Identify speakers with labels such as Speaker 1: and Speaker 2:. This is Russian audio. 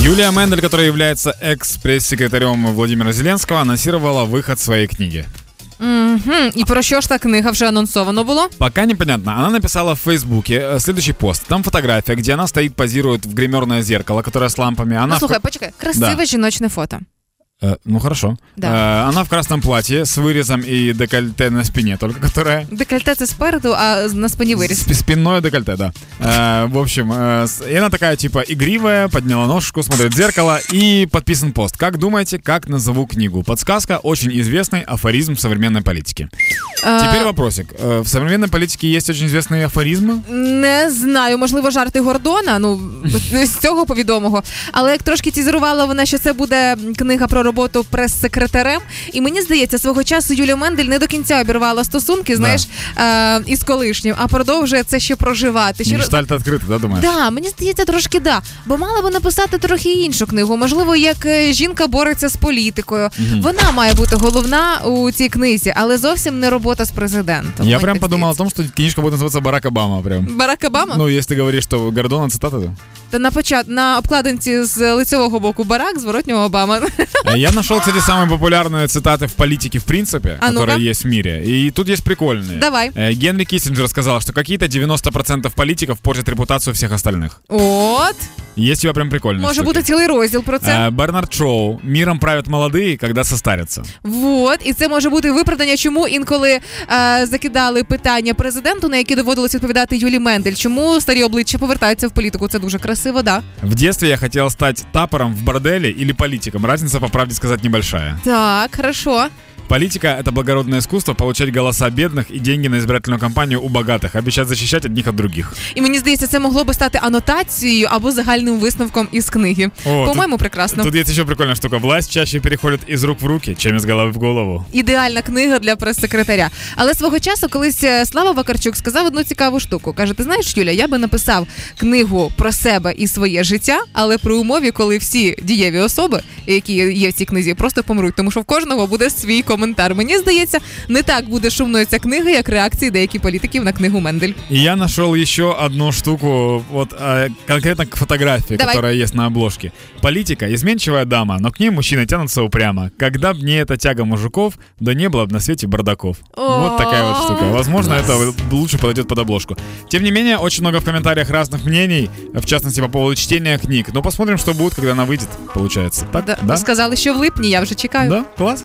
Speaker 1: Юлия Мендель, которая является экс-пресс-секретарем Владимира Зеленского, анонсировала выход своей книги.
Speaker 2: Мгм. І про що ж та книга вже анонсовано було?
Speaker 1: Пока непонятно. Она написала в Фейсбуке э, следующий пост. Там фотография, где она стоит, позирует в гримерное зеркало, которое с лампами. Она
Speaker 2: Ну,
Speaker 1: в
Speaker 2: слухай, почекай, красиве жіночне фото.
Speaker 1: Э, ну хорошо.
Speaker 2: Да.
Speaker 1: Э, она в красном платье с вырезом и декольте на спине, только которая.
Speaker 2: Декольте це спереду, а на спині виріс.
Speaker 1: Сп- Спинное декольте, да. Э, в общем, э, с- и она такая типа игривая, подняла ножку, смотрит в зеркало и подписан пост. Как думаете, как назову книгу? Подсказка очень известный афоризм современной политики.
Speaker 2: Е,
Speaker 1: Теперь вопросик. Э, в современной политике есть очень известные афоризмы?
Speaker 2: Не знаю, можливо, жарти Гордона, ну з цього повідомого. Але як трошки тізерувала вона, що це буде книга про роботу прес-секретарем. І мені здається, свого часу Юлія Мендель не до кінця обірвала стосунки, знаєш, е, із колишнім, а продовжує це ще проживати. Ще...
Speaker 1: Гештальт открыто, да, думаешь?
Speaker 2: Да, мені здається, трошки да. Бо мала би написати трохи іншу книгу. Можливо, як е, жінка бореться з політикою. Вона має бути головна у цій книзі, але зовсім не робота з президентом.
Speaker 1: Я
Speaker 2: Мені
Speaker 1: прям
Speaker 2: так
Speaker 1: подумал о том, что книжка будет называться Барак Обама прям.
Speaker 2: здається. Барак Обама?
Speaker 1: Ну, если ты говоришь, что Гордона цитата, то...
Speaker 2: Та на почат на обкладинці з лицевого боку барак, зворотнього Обама.
Speaker 1: А Я нашел, кстати, самые популярные цитаты в политике в принципе,
Speaker 2: А ну-ка.
Speaker 1: которые есть в мире. И тут есть прикольные.
Speaker 2: Давай.
Speaker 1: Э, Генри Киссинджер сказал, что какие-то 90% политиков портят репутацию всех остальных.
Speaker 2: От
Speaker 1: Есть у тебя прям прикольные
Speaker 2: може
Speaker 1: штуки.
Speaker 2: бути цілий розділ про це.
Speaker 1: Э, Бернард Шоу. Миром правят молодые, когда состарятся.
Speaker 2: Вот, і це може бути виправдання, чому інколи е, закидали питання президенту, на які доводилось відповідати Юлі Мендель. Чому старі обличчя повертаються в політику? Це дуже красиво, да.
Speaker 1: В детстве я хотел стать тапором в борделе или политиком. Разница, по правде сказать, небольшая.
Speaker 2: Так, хорошо.
Speaker 1: Политика — это благородное искусство получать голоса бедных и деньги на избирательную кампанию у богатых, обещать защищать одних от других.
Speaker 2: І мені здається, це могло би стати анотацією або загальним висновком із книги.
Speaker 1: О,
Speaker 2: По-моєму, прекрасно.
Speaker 1: Тут есть еще прикольная штука. Власть чаще переходит из рук в руки, чем из головы в голову.
Speaker 2: ідеальна книга для прес-секретаря. Але свого часу колись е, Слава Вакарчук сказав одну цікаву штуку. Каже: ти знаєш, Юля, я би написав книгу про себе і своє життя, але при умові, коли всі дієві особи, які є в цій книзі, просто помруть, тому що в кожного буде свій коментар. Мені здається, не так буде шумною ця книга, як реакції деяких політиків на книгу Мендель.
Speaker 1: И я нашел еще одну штуку, вот э, конкретно к фотографии,
Speaker 2: Давай.
Speaker 1: которая есть на обложке. Политика — изменчивая дама, но к ней мужчины тянутся упрямо. Когда б не эта тяга мужиков, да не было бы на свете бардаков. Вот такая вот штука. Возможно, это вот лучше подойдет под обложку. Тем не менее, очень много в комментариях разных мнений, в частности, по поводу чтения книг. Но посмотрим, что будет, когда она выйдет, получается. Так,
Speaker 2: Да, Сказали, що в липні я вже чекаю.
Speaker 1: Да? Класс?